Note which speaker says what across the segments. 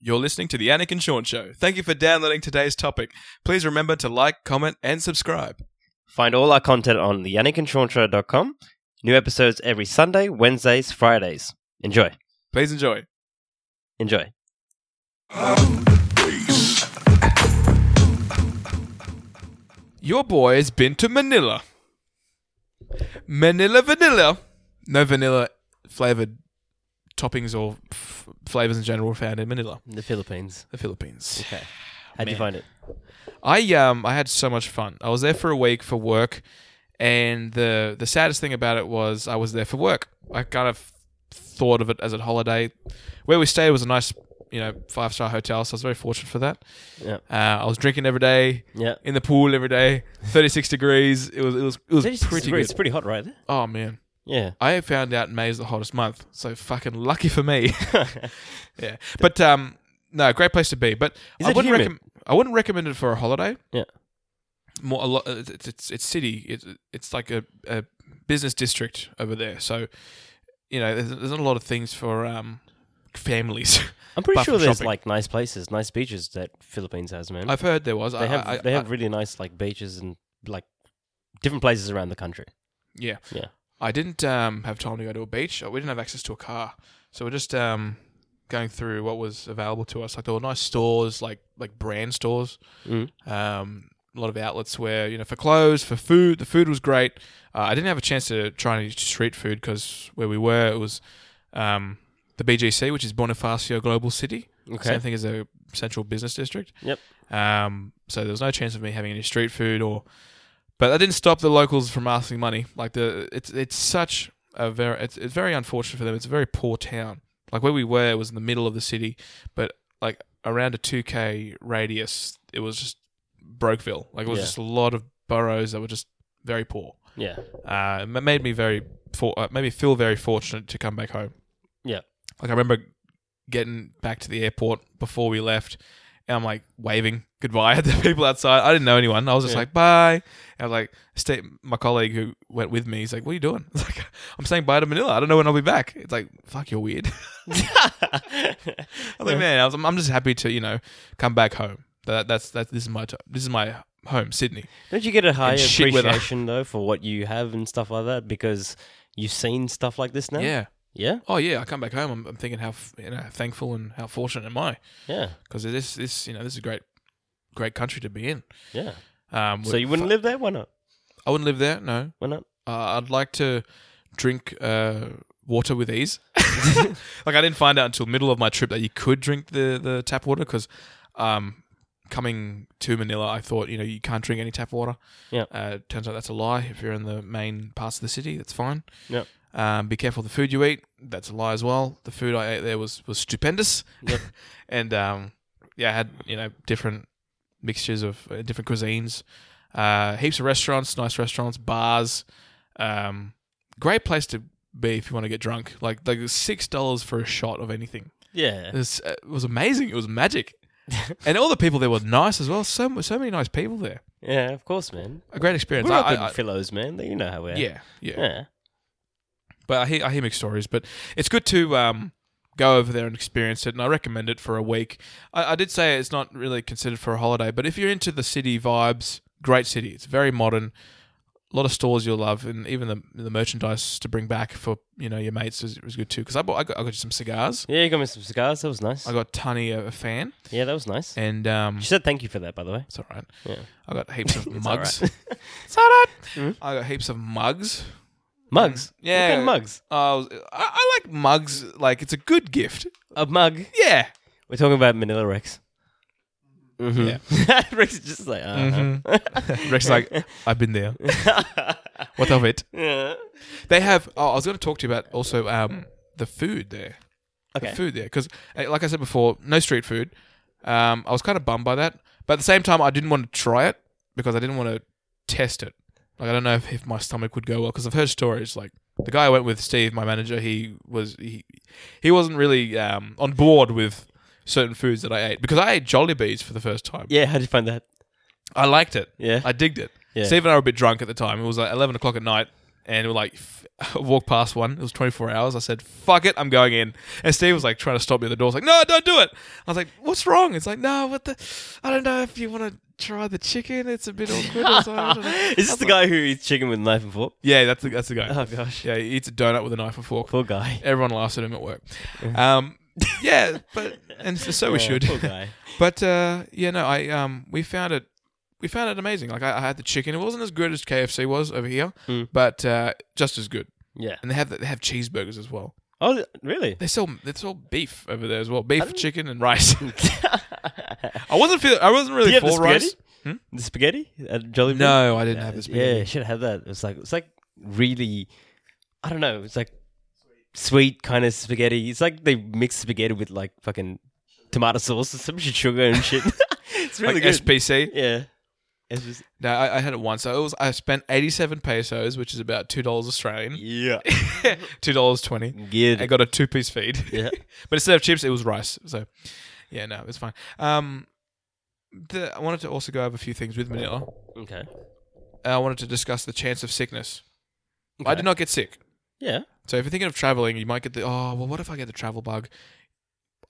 Speaker 1: You're listening to The Anakin Sean Show. Thank you for downloading today's topic. Please remember to like, comment, and subscribe.
Speaker 2: Find all our content on theyannickandseanshow.com. New episodes every Sunday, Wednesdays, Fridays. Enjoy.
Speaker 1: Please enjoy.
Speaker 2: Enjoy.
Speaker 1: Your boy has been to Manila. Manila vanilla. No vanilla flavored toppings or f- flavors in general found in Manila,
Speaker 2: The Philippines.
Speaker 1: the Philippines.
Speaker 2: Okay. How'd
Speaker 1: Man.
Speaker 2: you find it?
Speaker 1: I um I had so much fun. I was there for a week for work, and the the saddest thing about it was I was there for work. I kind of thought of it as a holiday. Where we stayed was a nice, you know, five star hotel, so I was very fortunate for that.
Speaker 2: Yeah.
Speaker 1: Uh, I was drinking every day
Speaker 2: Yeah.
Speaker 1: in the pool every day, thirty six degrees. It was it was it was
Speaker 2: It's
Speaker 1: pretty
Speaker 2: pretty, it's
Speaker 1: good.
Speaker 2: pretty hot right there.
Speaker 1: Oh man,
Speaker 2: Yeah.
Speaker 1: I found out May is the hottest month, so fucking lucky for me. yeah, but um, no, great place to be. But
Speaker 2: Is
Speaker 1: I
Speaker 2: it
Speaker 1: wouldn't
Speaker 2: humid?
Speaker 1: recommend. I wouldn't recommend it for a holiday.
Speaker 2: Yeah.
Speaker 1: More a lot. uh, It's it's, it's city. It's it's like a, a business district over there. So, you know, there's, there's not a lot of things for um families.
Speaker 2: I'm pretty
Speaker 1: Apart
Speaker 2: sure
Speaker 1: from
Speaker 2: there's
Speaker 1: shopping.
Speaker 2: like nice places, nice beaches that Philippines has, man.
Speaker 1: I've heard there was. I,
Speaker 2: they have
Speaker 1: I-
Speaker 2: they
Speaker 1: I-
Speaker 2: have really nice like beaches and like different places around the country.
Speaker 1: Yeah.
Speaker 2: Yeah.
Speaker 1: I didn't um, have time to go to a beach. We didn't have access to a car, so we're just um, going through what was available to us. Like there were nice stores, like like brand stores.
Speaker 2: Mm.
Speaker 1: Um, a lot of outlets where you know for clothes, for food. The food was great. Uh, I didn't have a chance to try any street food because where we were, it was um, the BGC, which is Bonifacio Global City.
Speaker 2: Okay.
Speaker 1: Same thing as a central business district.
Speaker 2: Yep.
Speaker 1: Um, so there was no chance of me having any street food or, but that didn't stop the locals from asking money. Like the it's it's such a very it's, it's very unfortunate for them. It's a very poor town. Like where we were was in the middle of the city, but like around a two k radius, it was just Brokeville. Like it was
Speaker 2: Yeah.
Speaker 1: just a lot of boroughs that were just very poor.
Speaker 2: Yeah.
Speaker 1: Uh, it ma- made me very for uh, made me feel very fortunate to come back home.
Speaker 2: Yeah.
Speaker 1: Like I remember getting back to the airport before we left, and I'm like waving goodbye at the people outside. I didn't know anyone. I was just
Speaker 2: Yeah.
Speaker 1: like bye. And I was like, stay, my colleague who went with me, he's like, "What are you doing?" I was like, "I'm saying bye to Manila. I don't know when I'll be back." It's like, "Fuck, you're weird." I was like, "Man, I was, I'm just happy to you know come back home. That, that's that's this is my t- this is my home, Sydney."
Speaker 2: Don't you get a higher
Speaker 1: shit weather.
Speaker 2: appreciation though for what you have and stuff like that because you've seen stuff like this now?
Speaker 1: Yeah.
Speaker 2: Yeah.
Speaker 1: Oh yeah, I come back home. I'm, I'm thinking how f- you know how thankful and how fortunate am I
Speaker 2: Yeah.
Speaker 1: because this this you know this is a great great country to be in.
Speaker 2: Yeah.
Speaker 1: Um,
Speaker 2: So you wouldn't live there? Why not?
Speaker 1: I wouldn't live there. No,
Speaker 2: Why not?
Speaker 1: uh, I'd like to drink uh, water with ease. like I didn't find out until middle of my trip that you could drink the the tap water because um, coming to Manila, I thought you know you can't drink any tap water.
Speaker 2: Yeah.
Speaker 1: Uh, turns out that's a lie. If you're in the main parts of the city, that's fine.
Speaker 2: Yeah.
Speaker 1: Um, be careful of the food you eat. That's a lie as well. The food I ate there was was stupendous.
Speaker 2: Yep.
Speaker 1: and um, yeah, I had you know different mixtures of uh, different cuisines. Uh, heaps of restaurants, nice restaurants, bars. Um, great place to be if you want to get drunk. Like like it was six dollars for a shot of anything. It
Speaker 2: Yeah.
Speaker 1: was, uh, it was amazing. It was magic, and all the people there were nice as well. So so many nice people there.
Speaker 2: Yeah, of course, man.
Speaker 1: A great experience.
Speaker 2: We're
Speaker 1: I-
Speaker 2: not good
Speaker 1: I- I-
Speaker 2: fellows, man. You know how we are.
Speaker 1: yeah, yeah,
Speaker 2: Yeah.
Speaker 1: But I hear I hear mixed stories. But it's good to um go over there and experience it, and I recommend it for a week. I, I did say it's not really considered for a holiday, but if you're into the city vibes, great city. It's very modern. A lot of stores you'll love, and even the the merchandise to bring back for you know your mates is, was good too. Because I bought I got, I got you some cigars.
Speaker 2: Yeah, you got me some cigars. That was nice.
Speaker 1: I got Tunny a, a fan,
Speaker 2: Yeah, that was nice.
Speaker 1: and um,
Speaker 2: She said thank you for that, by the way.
Speaker 1: It's all right.
Speaker 2: Yeah.
Speaker 1: I got heaps of
Speaker 2: It's all
Speaker 1: mugs.
Speaker 2: right.
Speaker 1: it's all right.
Speaker 2: Mhm.
Speaker 1: I got heaps of mugs.
Speaker 2: Mugs.
Speaker 1: Mm, Yeah.
Speaker 2: What kind of mugs?
Speaker 1: I, was, I, I like mugs. Like it's a good gift.
Speaker 2: A mug.
Speaker 1: Yeah.
Speaker 2: We're talking about Manila Rex. Mm-hmm. Yeah. Rex is just like, uh
Speaker 1: Rex is like, I've been there. What of it?
Speaker 2: yeah.
Speaker 1: They have. Oh, I was going to talk to you about also um, the food there.
Speaker 2: Okay.
Speaker 1: The food there, because like I said before, no street food. Um, I was kind of bummed by that, but at the same time, I didn't want to try it because I didn't want to test it. Like I don't know if, if my stomach would go well because I've heard stories like the guy I went with, Steve, my manager, he was he he wasn't really um, on board with certain foods that I ate because I ate Jollibees for the first time.
Speaker 2: Yeah, how'd you find that?
Speaker 1: I liked it.
Speaker 2: Yeah.
Speaker 1: I digged it.
Speaker 2: Yeah.
Speaker 1: Steve and I were a bit drunk at the time. It was like 11 o'clock at night. and we're like f- walk past one. It was 24 hours. I said, "Fuck it, I'm going in." And Steve was like trying to stop me at the door. I was like, "No, don't do it." I was like, "What's wrong?" It's like, "No, what the? I don't know if you want to try the chicken. It's a bit awkward." or something. I don't know."
Speaker 2: Is this the guy who eats chicken with knife and fork?
Speaker 1: Yeah, that's the, that's the guy.
Speaker 2: Oh gosh,
Speaker 1: Yeah, he eats a donut with a knife and fork.
Speaker 2: poor guy.
Speaker 1: Everyone laughs at him at work. Um, yeah, but and so, so we
Speaker 2: Yeah,
Speaker 1: should.
Speaker 2: Poor guy.
Speaker 1: But uh, yeah, no, I um, we found it, we found it amazing. Like I, I had the chicken. It wasn't as good as KFC was over here,
Speaker 2: Mm.
Speaker 1: but uh, just as good.
Speaker 2: Yeah.
Speaker 1: And they have they have cheeseburgers as well.
Speaker 2: Oh really?
Speaker 1: They sell they sell beef over there as well. Beef,
Speaker 2: don't-
Speaker 1: chicken, and rice.
Speaker 2: Do
Speaker 1: I wasn't feel, I wasn't really
Speaker 2: you have the
Speaker 1: for rice.
Speaker 2: spaghetti? The spaghetti at Jolly
Speaker 1: Hmm? No, I didn't have the
Speaker 2: Yeah, you
Speaker 1: spaghetti.
Speaker 2: should have that. It's like it's like really, I don't know. It's like sweet kind of spaghetti. It's like they mix spaghetti with like fucking tomato sauce and some shit, sugar and shit. it's really
Speaker 1: like
Speaker 2: good.
Speaker 1: SPC.
Speaker 2: yeah, it's just
Speaker 1: No, I, I had it once. I was I spent eighty seven pesos, which is about two dollars Australian,
Speaker 2: yeah,
Speaker 1: two dollars twenty. I
Speaker 2: good.
Speaker 1: got a two piece feed.
Speaker 2: Yeah,
Speaker 1: But instead of chips, it was rice. So, yeah, no, it's fine. Um, the, I wanted to also go over a few things with Manila.
Speaker 2: okay.
Speaker 1: Uh, I wanted to discuss the chance of sickness. I
Speaker 2: Okay.
Speaker 1: did not get sick.
Speaker 2: Yeah,
Speaker 1: So if you're thinking of traveling, you might get the oh well, what if I get the travel bug?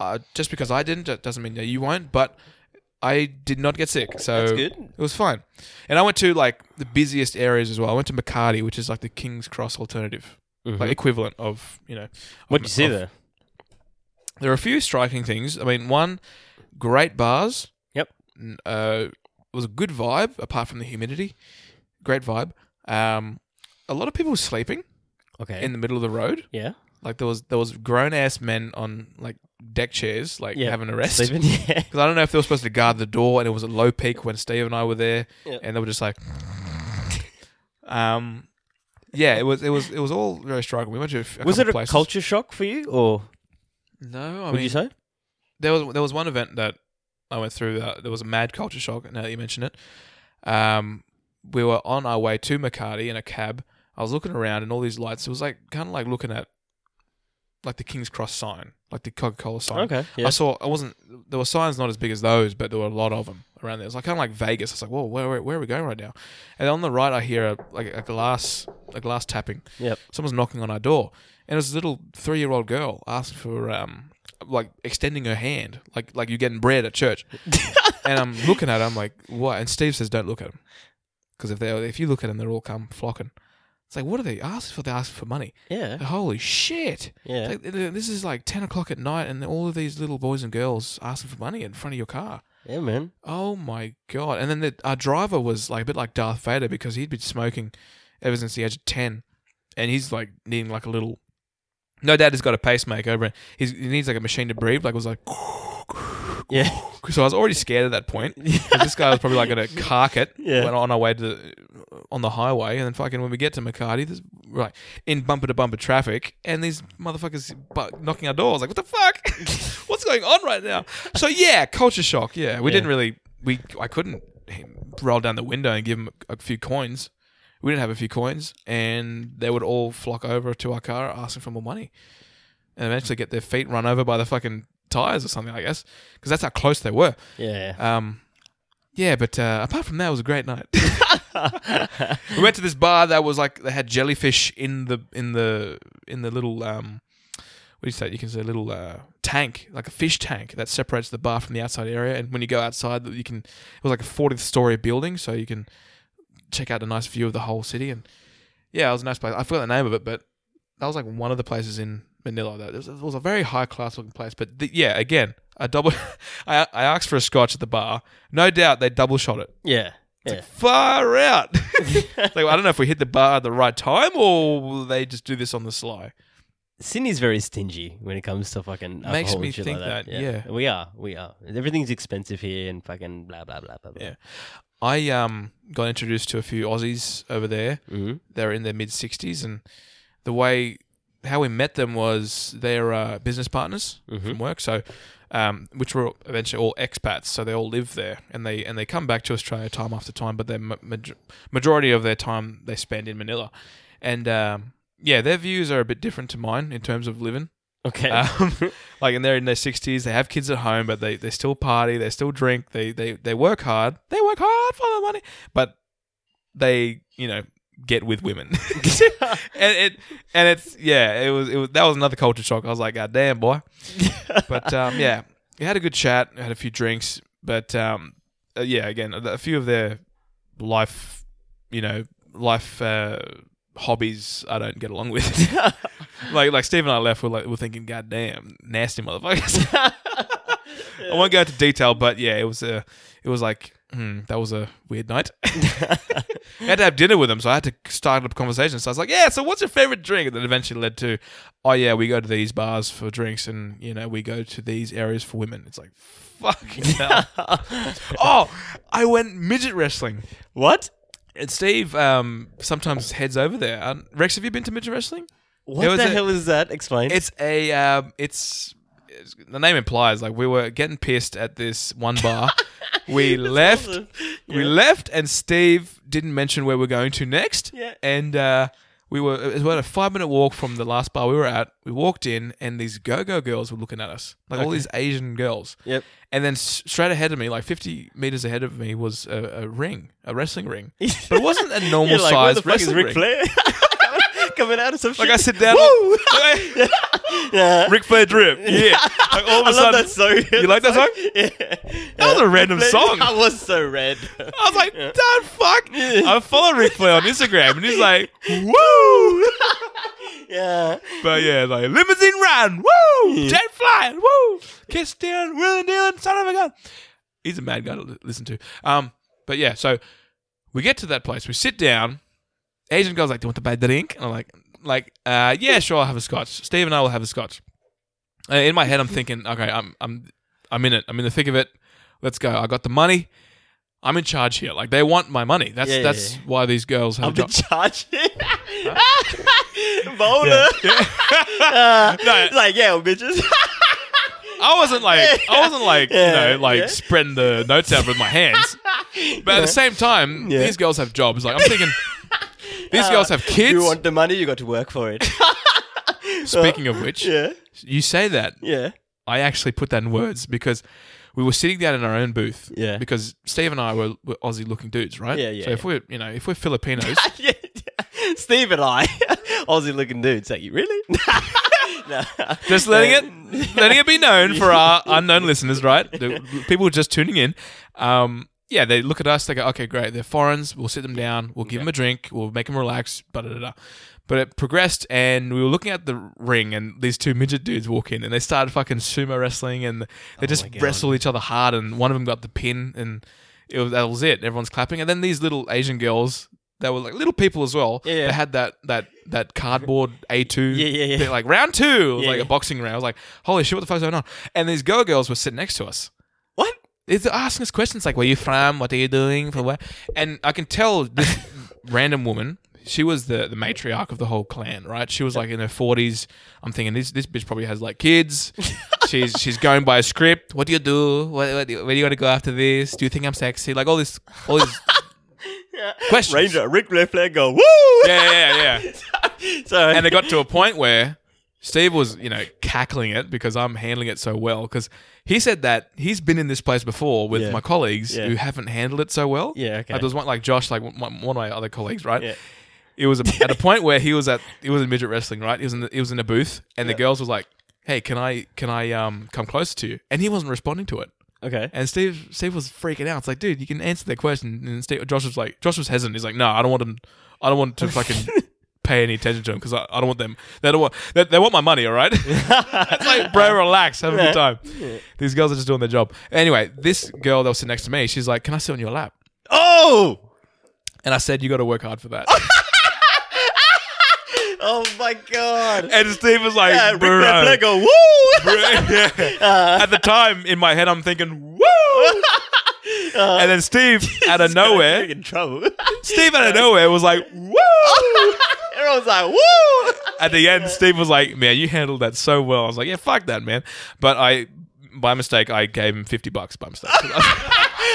Speaker 1: Uh, just because I didn't, that doesn't mean that you won't. But I did not get sick, so
Speaker 2: that's good.
Speaker 1: it was fine. And I went to like the busiest areas as well. I went to Makati, which is like the King's Cross alternative, like equivalent of you know.
Speaker 2: What'd Mm-hmm. you see
Speaker 1: of-
Speaker 2: there?
Speaker 1: there are a few striking things. I mean, one, great bars.
Speaker 2: Yep.
Speaker 1: N- Uh, it was a good vibe, apart from the humidity. Great vibe. Um, a lot of people were sleeping
Speaker 2: Okay.
Speaker 1: in the middle of the road.
Speaker 2: yeah.
Speaker 1: Like there was there was grown ass men on like deck chairs, like
Speaker 2: Yeah.
Speaker 1: having a rest. Because
Speaker 2: Sleeping. Yeah.
Speaker 1: I don't know if they were supposed to guard the door, and it was a low peak when Steve and I were there,
Speaker 2: Yeah.
Speaker 1: and they were just like, um, yeah, it was it was it was all very striking. We went to a,
Speaker 2: Was it
Speaker 1: couple
Speaker 2: a
Speaker 1: places.
Speaker 2: culture shock for you, or
Speaker 1: No, I
Speaker 2: would
Speaker 1: mean,
Speaker 2: you say?
Speaker 1: there was there was one event that I went through. That, there was a mad culture shock. Now that you mention it, um, we were on our way to Makati in a cab. I was looking around and all these lights. It was like kind of like looking at like the King's Cross sign, like the Coca Cola sign.
Speaker 2: Okay. Yeah.
Speaker 1: I saw. I wasn't. There were signs not as big as those, but there were a lot of them around there. It was like kind of like Vegas. I was like, whoa, where, where, where are we going right now? And on the right, I hear a, like a glass, a glass tapping.
Speaker 2: Yep.
Speaker 1: Someone's knocking on our door, and it was a little three-year-old girl asking for um, like extending her hand, like like you're getting bread at church. and I'm looking at her. I'm like, what? And Steve says, don't look at them, because if they if you look at them, they're all come flocking. It's like, what are they asking for? They ask for money.
Speaker 2: yeah.
Speaker 1: Holy shit!
Speaker 2: Yeah.
Speaker 1: Like, th- th- this is like 10 o'clock at night, and all of these little boys and girls asking for money in front of your car.
Speaker 2: yeah, man.
Speaker 1: Oh my God. And then the, our driver was like a bit like Darth Vader because he'd been smoking ever since the age of 10. And he's like needing like a little. No dad has got a pacemaker, but he's, he needs like a machine to breathe. Like, it was like.
Speaker 2: Yeah.
Speaker 1: So I was already scared at that point. 'Cause this guy was probably like going to cark it
Speaker 2: Yeah.
Speaker 1: when on our way to the, on the highway, and then fucking when we get to McCarty, there's right in bumper to bumper traffic, and these motherfuckers bu- knocking our doors. Like, what the fuck? What's going on right now? So yeah, culture shock. Yeah, we
Speaker 2: Yeah.
Speaker 1: didn't really we I couldn't roll down the window and give them a, a few coins. We didn't have a few coins, and they would all flock over to our car asking for more money, and eventually get their feet run over by the fucking tires or something. I guess because that's how close they were.
Speaker 2: Yeah.
Speaker 1: Um, yeah, but uh, apart from that, it was a great night. we went to this bar that was like they had jellyfish in the in the in the little um, what do you say? You can say little uh, tank, like a fish tank that separates the bar from the outside area. And when you go outside, you can it was like a 40th story building, so you can check out a nice view of the whole city. And yeah, it was a nice place. I forgot the name of it, but that was like one of the places in Manila. That it was, it was a very high class looking place. But the, yeah, again, a double. I, I asked for a scotch at the bar. No doubt they double shot it.
Speaker 2: yeah. Yeah.
Speaker 1: Far out. It's like I don't know if we hit the bar at the right time or will they just do this on the sly.
Speaker 2: Sydney's very stingy when it comes to fucking alcohol
Speaker 1: Makes me
Speaker 2: and shit
Speaker 1: think
Speaker 2: like that.
Speaker 1: that,
Speaker 2: we are, we are. Everything's expensive here and fucking blah blah blah blah. blah.
Speaker 1: Yeah. I um got introduced to a few Aussies over there.
Speaker 2: hmm
Speaker 1: They're in their mid sixties, and the way how we met them was they're uh, business partners from work. So. Um, which were eventually all expats, so they all live there, and they and they come back to Australia time after time. But their ma- maj- majority of their time they spend in Manila, and um, yeah, their views are a bit different to mine in terms of living.
Speaker 2: Okay.
Speaker 1: Um, like, and they're in their sixties. They have kids at home, but they, they still party. They still drink. They, they they work hard. They work hard for the money, but they you know get with women. and it and it's yeah, it was it was that was another culture shock. I was like, God damn boy. but um, yeah, we had a good chat, had a few drinks, but um, uh, yeah, again, a a few of their life, you know, life uh, hobbies I don't get along with. like like Steve and I left, we're like we're thinking, God damn, nasty motherfuckers. I won't go into detail, but yeah, it was a, it was like hmm, that was a weird night. I had to have dinner with them, so I had to start up a conversation. So I was like, "Yeah, so what's your favorite drink?" And that eventually led to, "Oh yeah, we go to these bars for drinks, and you know, we go to these areas for women." It's like, fuck. hell. oh, I went midget wrestling,
Speaker 2: what?
Speaker 1: and Steve um, sometimes heads over there. Um, Rex, have you been to midget wrestling? There
Speaker 2: What
Speaker 1: was
Speaker 2: the
Speaker 1: a-
Speaker 2: hell is that? Explain.
Speaker 1: It's a um, it's, it's the name implies like we were getting pissed at this one bar. we left.
Speaker 2: awesome.
Speaker 1: We
Speaker 2: Yeah.
Speaker 1: left, and Steve didn't mention where we're going to next.
Speaker 2: Yeah.
Speaker 1: And uh, we were it was about a five minute walk from the last bar we were at. We walked in, and these go go girls were looking at us like all these Asian girls.
Speaker 2: Yep.
Speaker 1: And then s- straight ahead of me, like fifty meters ahead of me, was a, a ring, a wrestling ring, but it wasn't a normal
Speaker 2: You're like, where
Speaker 1: size
Speaker 2: the fuck is
Speaker 1: wrestling
Speaker 2: Ric
Speaker 1: ring.
Speaker 2: Flair? Coming out of some
Speaker 1: Like I
Speaker 2: shit.
Speaker 1: sit down,
Speaker 2: Woo!
Speaker 1: like,
Speaker 2: Yeah.
Speaker 1: Ric Flair drip, yeah. Like all of a
Speaker 2: I love
Speaker 1: sudden,
Speaker 2: that song.
Speaker 1: you like that song?
Speaker 2: yeah.
Speaker 1: That was a random song.
Speaker 2: That was so red.
Speaker 1: I was like, "Don't fuck." I follow Ric Flair on Instagram, and he's like, "Woo!"
Speaker 2: yeah.
Speaker 1: But yeah, like limousine run, woo, jet flying, woo, kiss down, willing dealing, son of a gun. He's a mad guy to li- listen to. Um, but yeah, so we get to that place, we sit down. Asian girl's like, "Do you want to buy a drink?" And I'm like, "Like, uh, yeah, sure, I'll have a scotch." Steve and I will have a scotch. Uh, in my head, I'm thinking, "Okay, I'm, I'm, I'm in it. I'm in the thick of it. Let's go. I got the money. I'm in charge here. Like, they want my money. That's
Speaker 2: Yeah, yeah,
Speaker 1: that's
Speaker 2: yeah.
Speaker 1: why these girls have
Speaker 2: I'm
Speaker 1: a
Speaker 2: in
Speaker 1: job.
Speaker 2: charge. Bowler. Uh,
Speaker 1: No.
Speaker 2: Like, yeah, bitches.
Speaker 1: I wasn't like I wasn't like you
Speaker 2: Yeah,
Speaker 1: know like
Speaker 2: yeah.
Speaker 1: spreading the notes out with my hands. But at the same time,
Speaker 2: Yeah. Uh,
Speaker 1: these girls have jobs. Like I'm thinking, these girls have kids.
Speaker 2: you want the money, you got to work for it.
Speaker 1: Speaking of which,
Speaker 2: yeah.
Speaker 1: you say that
Speaker 2: Yeah.
Speaker 1: I actually put that in words because we were sitting down in our own booth.
Speaker 2: Yeah.
Speaker 1: Because Steve and I were, were Aussie looking dudes, right?
Speaker 2: Yeah, yeah,
Speaker 1: So if we're you know if we're Filipinos,
Speaker 2: yeah. Steve and I, Aussie looking dudes, like, you really? no.
Speaker 1: just letting it letting it be known for our unknown listeners, right? The people just tuning in. Um, yeah, they look at us. They go, "Okay, great. They're foreigns. We'll sit them down. We'll give them a drink. We'll make them relax." Da, da, da, da. But it progressed, and we were looking at the ring, and these two midget dudes walk in, and they started fucking sumo wrestling, and they just
Speaker 2: Oh my God.
Speaker 1: wrestled each other hard, and one of them got the pin, and it was, that was it. Everyone's clapping, and then these little Asian girls. They were like little people as well.
Speaker 2: Yeah, yeah.
Speaker 1: They had that that that cardboard A two
Speaker 2: Yeah, yeah, yeah.
Speaker 1: bit, like round two, it was
Speaker 2: Yeah,
Speaker 1: like
Speaker 2: yeah.
Speaker 1: a boxing round. I was like, holy shit, what the fuck's going on? And these go girls were sitting next to us.
Speaker 2: What?
Speaker 1: They're asking us questions like, where you from? What are you doing? From where? And I can tell this random woman, she was the, the matriarch of the whole clan, right? She was like in her 40s. I'm thinking, this, this bitch probably has like kids. she's she's going by a script. What do you do? What, what, do you- where do you want to go after this? Do you think I'm sexy? Like all this, all these questions.
Speaker 2: Ranger, Rick Red Flag go, woo!
Speaker 1: Yeah, yeah, yeah. yeah.
Speaker 2: Sorry.
Speaker 1: and it got to a point where Steve was, you know, cackling it because I'm handling it so well. Because he said that he's been in this place before with
Speaker 2: Yeah.
Speaker 1: my colleagues
Speaker 2: Yeah.
Speaker 1: who haven't handled it so well.
Speaker 2: Yeah, okay.
Speaker 1: Like, there was one like Josh, like one, one of my other colleagues, right?
Speaker 2: Yeah.
Speaker 1: It was a, at a point where he was at he was in midget wrestling, right? He was in the, he was in a booth, and the girls was like, "Hey, can I can I um come closer to you?" And he wasn't responding to it.
Speaker 2: okay.
Speaker 1: And Steve Steve was freaking out. It's like, dude, you can answer that question. And Steve, Josh was like, Josh was hesitant. He's like, no, I don't want him. I don't want to fucking pay any attention to him because I, I don't want them. They don't want. They, they want my money. All right. it's like, bro, relax, have a good time. These girls are just doing their job. Anyway, this girl that was sitting next to me, she's like, can I sit on your lap?
Speaker 2: Oh!
Speaker 1: And I said, you got to work hard for that.
Speaker 2: Oh my god.
Speaker 1: and Steve was like,
Speaker 2: Yeah, Rick
Speaker 1: bro.
Speaker 2: Red Flag go, woo!
Speaker 1: bro. Yeah. At the time, in my head, I'm thinking, woo. and then Steve, out of nowhere,
Speaker 2: in trouble.
Speaker 1: Steve out of nowhere was like, woo!
Speaker 2: Everyone's like, woo!
Speaker 1: At the end, Steve was like, man, you handled that so well. I was like, yeah, fuck that, man. But I, by mistake, I gave him 50 bucks by mistake.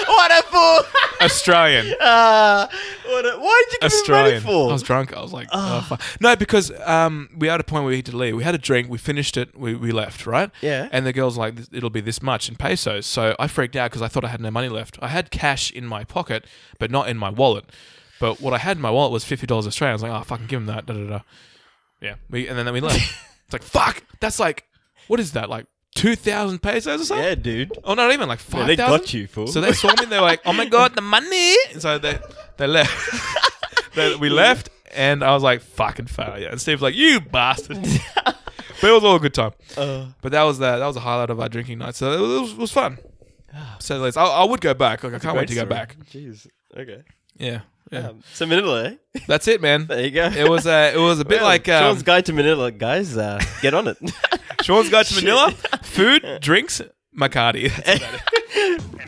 Speaker 2: What a fool!
Speaker 1: Australian.
Speaker 2: Uh, what a, why did you give
Speaker 1: Australian.
Speaker 2: him
Speaker 1: I
Speaker 2: money for?
Speaker 1: was drunk. I was like, oh, fuck. No, because um, we had a point where we had to leave. We had a drink. We finished it. We, we left, right?
Speaker 2: Yeah.
Speaker 1: And the girl's like, "This- it'll be this much in pesos. So I freaked out because I thought I had no money left. I had cash in my pocket, but not in my wallet. But what I had in my wallet was fifty dollars Australian. I was like, oh, fucking give him that. Da, da, da. Yeah, we and then we left. it's like fuck. That's like what is that like two thousand pesos or something?
Speaker 2: Yeah, dude.
Speaker 1: Oh, not even like
Speaker 2: Yeah,
Speaker 1: five
Speaker 2: they
Speaker 1: thousand.
Speaker 2: got you, fool.
Speaker 1: So they saw me. They're like, "Oh my god, the money!" And so they they left. They- we left, and I was like, "Fucking failure!" And Steve's like, "You bastard!" but it was all a good time.
Speaker 2: Uh,
Speaker 1: But that was the that was the highlight of our drinking night. So it was, it was fun. So like, I, I would go back. Like I can't wait
Speaker 2: Ah. great
Speaker 1: to go
Speaker 2: story.
Speaker 1: back.
Speaker 2: Jeez. Okay.
Speaker 1: Yeah, yeah.
Speaker 2: Um, so Manila, eh?
Speaker 1: That's it, man.
Speaker 2: There you go.
Speaker 1: It was uh, it was a bit
Speaker 2: Well,
Speaker 1: like um,
Speaker 2: Sean's Guide to Manila, guys. Uh, get on it.
Speaker 1: Sean's Guide to
Speaker 2: Shit.
Speaker 1: Manila. Food, drinks, Macati.
Speaker 3: And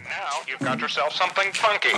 Speaker 3: now you've got yourself something funky.